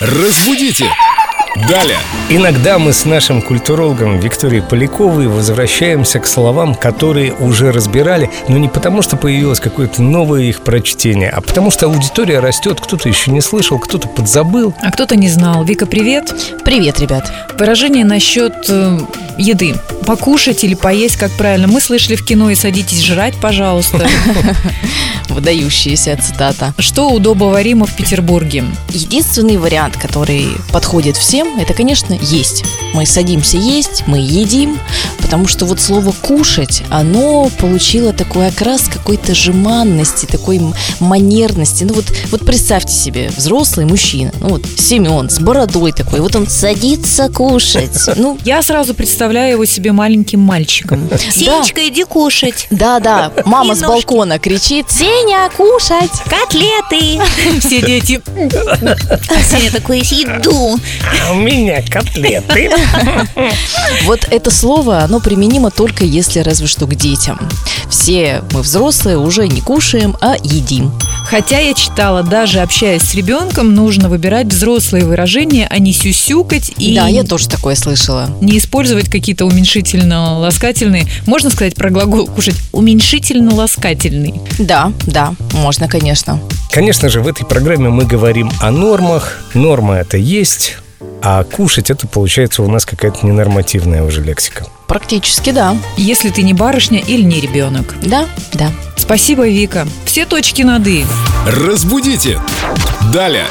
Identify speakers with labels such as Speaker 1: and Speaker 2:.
Speaker 1: Разбудите! Далее!
Speaker 2: Иногда мы с нашим культурологом Викторией Поляковой возвращаемся к словам, которые уже разбирали, но не потому, что появилось какое-то новое их прочтение, а потому что аудитория растет, кто-то еще не слышал, кто-то подзабыл.
Speaker 3: А кто-то не знал. Вика, привет.
Speaker 4: Привет, ребят.
Speaker 3: Выражение насчет э, еды. Покушать или поесть, как правильно. Мы слышали в кино и садитесь жрать, пожалуйста.
Speaker 4: Выдающаяся цитата.
Speaker 3: Что у Добова Рима в Петербурге?
Speaker 4: Единственный вариант, который подходит всем, это, конечно, есть. Мы садимся есть, мы едим, потому что вот слово «кушать», оно получило такой окрас какой-то жеманности, такой м- манерности. Ну вот, вот представьте себе, взрослый мужчина, ну вот Семен с бородой такой, вот он садится кушать. Ну,
Speaker 3: Я сразу представляю его себе маленьким мальчиком.
Speaker 5: Сенечка, иди кушать.
Speaker 4: да-да, мама
Speaker 5: И
Speaker 4: с
Speaker 5: ножки.
Speaker 4: балкона кричит «Сеня, кушать!»
Speaker 5: Котлеты.
Speaker 3: Все дети.
Speaker 5: Сеня такой, еду.
Speaker 2: А у меня котлеты.
Speaker 4: Вот это слово, оно применимо только если разве что к детям. Все мы взрослые уже не кушаем, а едим.
Speaker 3: Хотя я читала, даже общаясь с ребенком, нужно выбирать взрослые выражения, а не сюсюкать и
Speaker 4: Да, я тоже такое слышала.
Speaker 3: не использовать какие-то уменьшительно-ласкательные. Можно сказать про глагол «кушать» уменьшительно-ласкательный.
Speaker 4: Да, да, можно, конечно.
Speaker 2: Конечно же, в этой программе мы говорим о нормах. Норма это есть, а кушать это получается у нас какая-то ненормативная уже лексика.
Speaker 4: Практически да.
Speaker 3: Если ты не барышня или не ребенок.
Speaker 4: Да, да.
Speaker 3: Спасибо, Вика. Все точки над «и».
Speaker 1: Разбудите! Далее!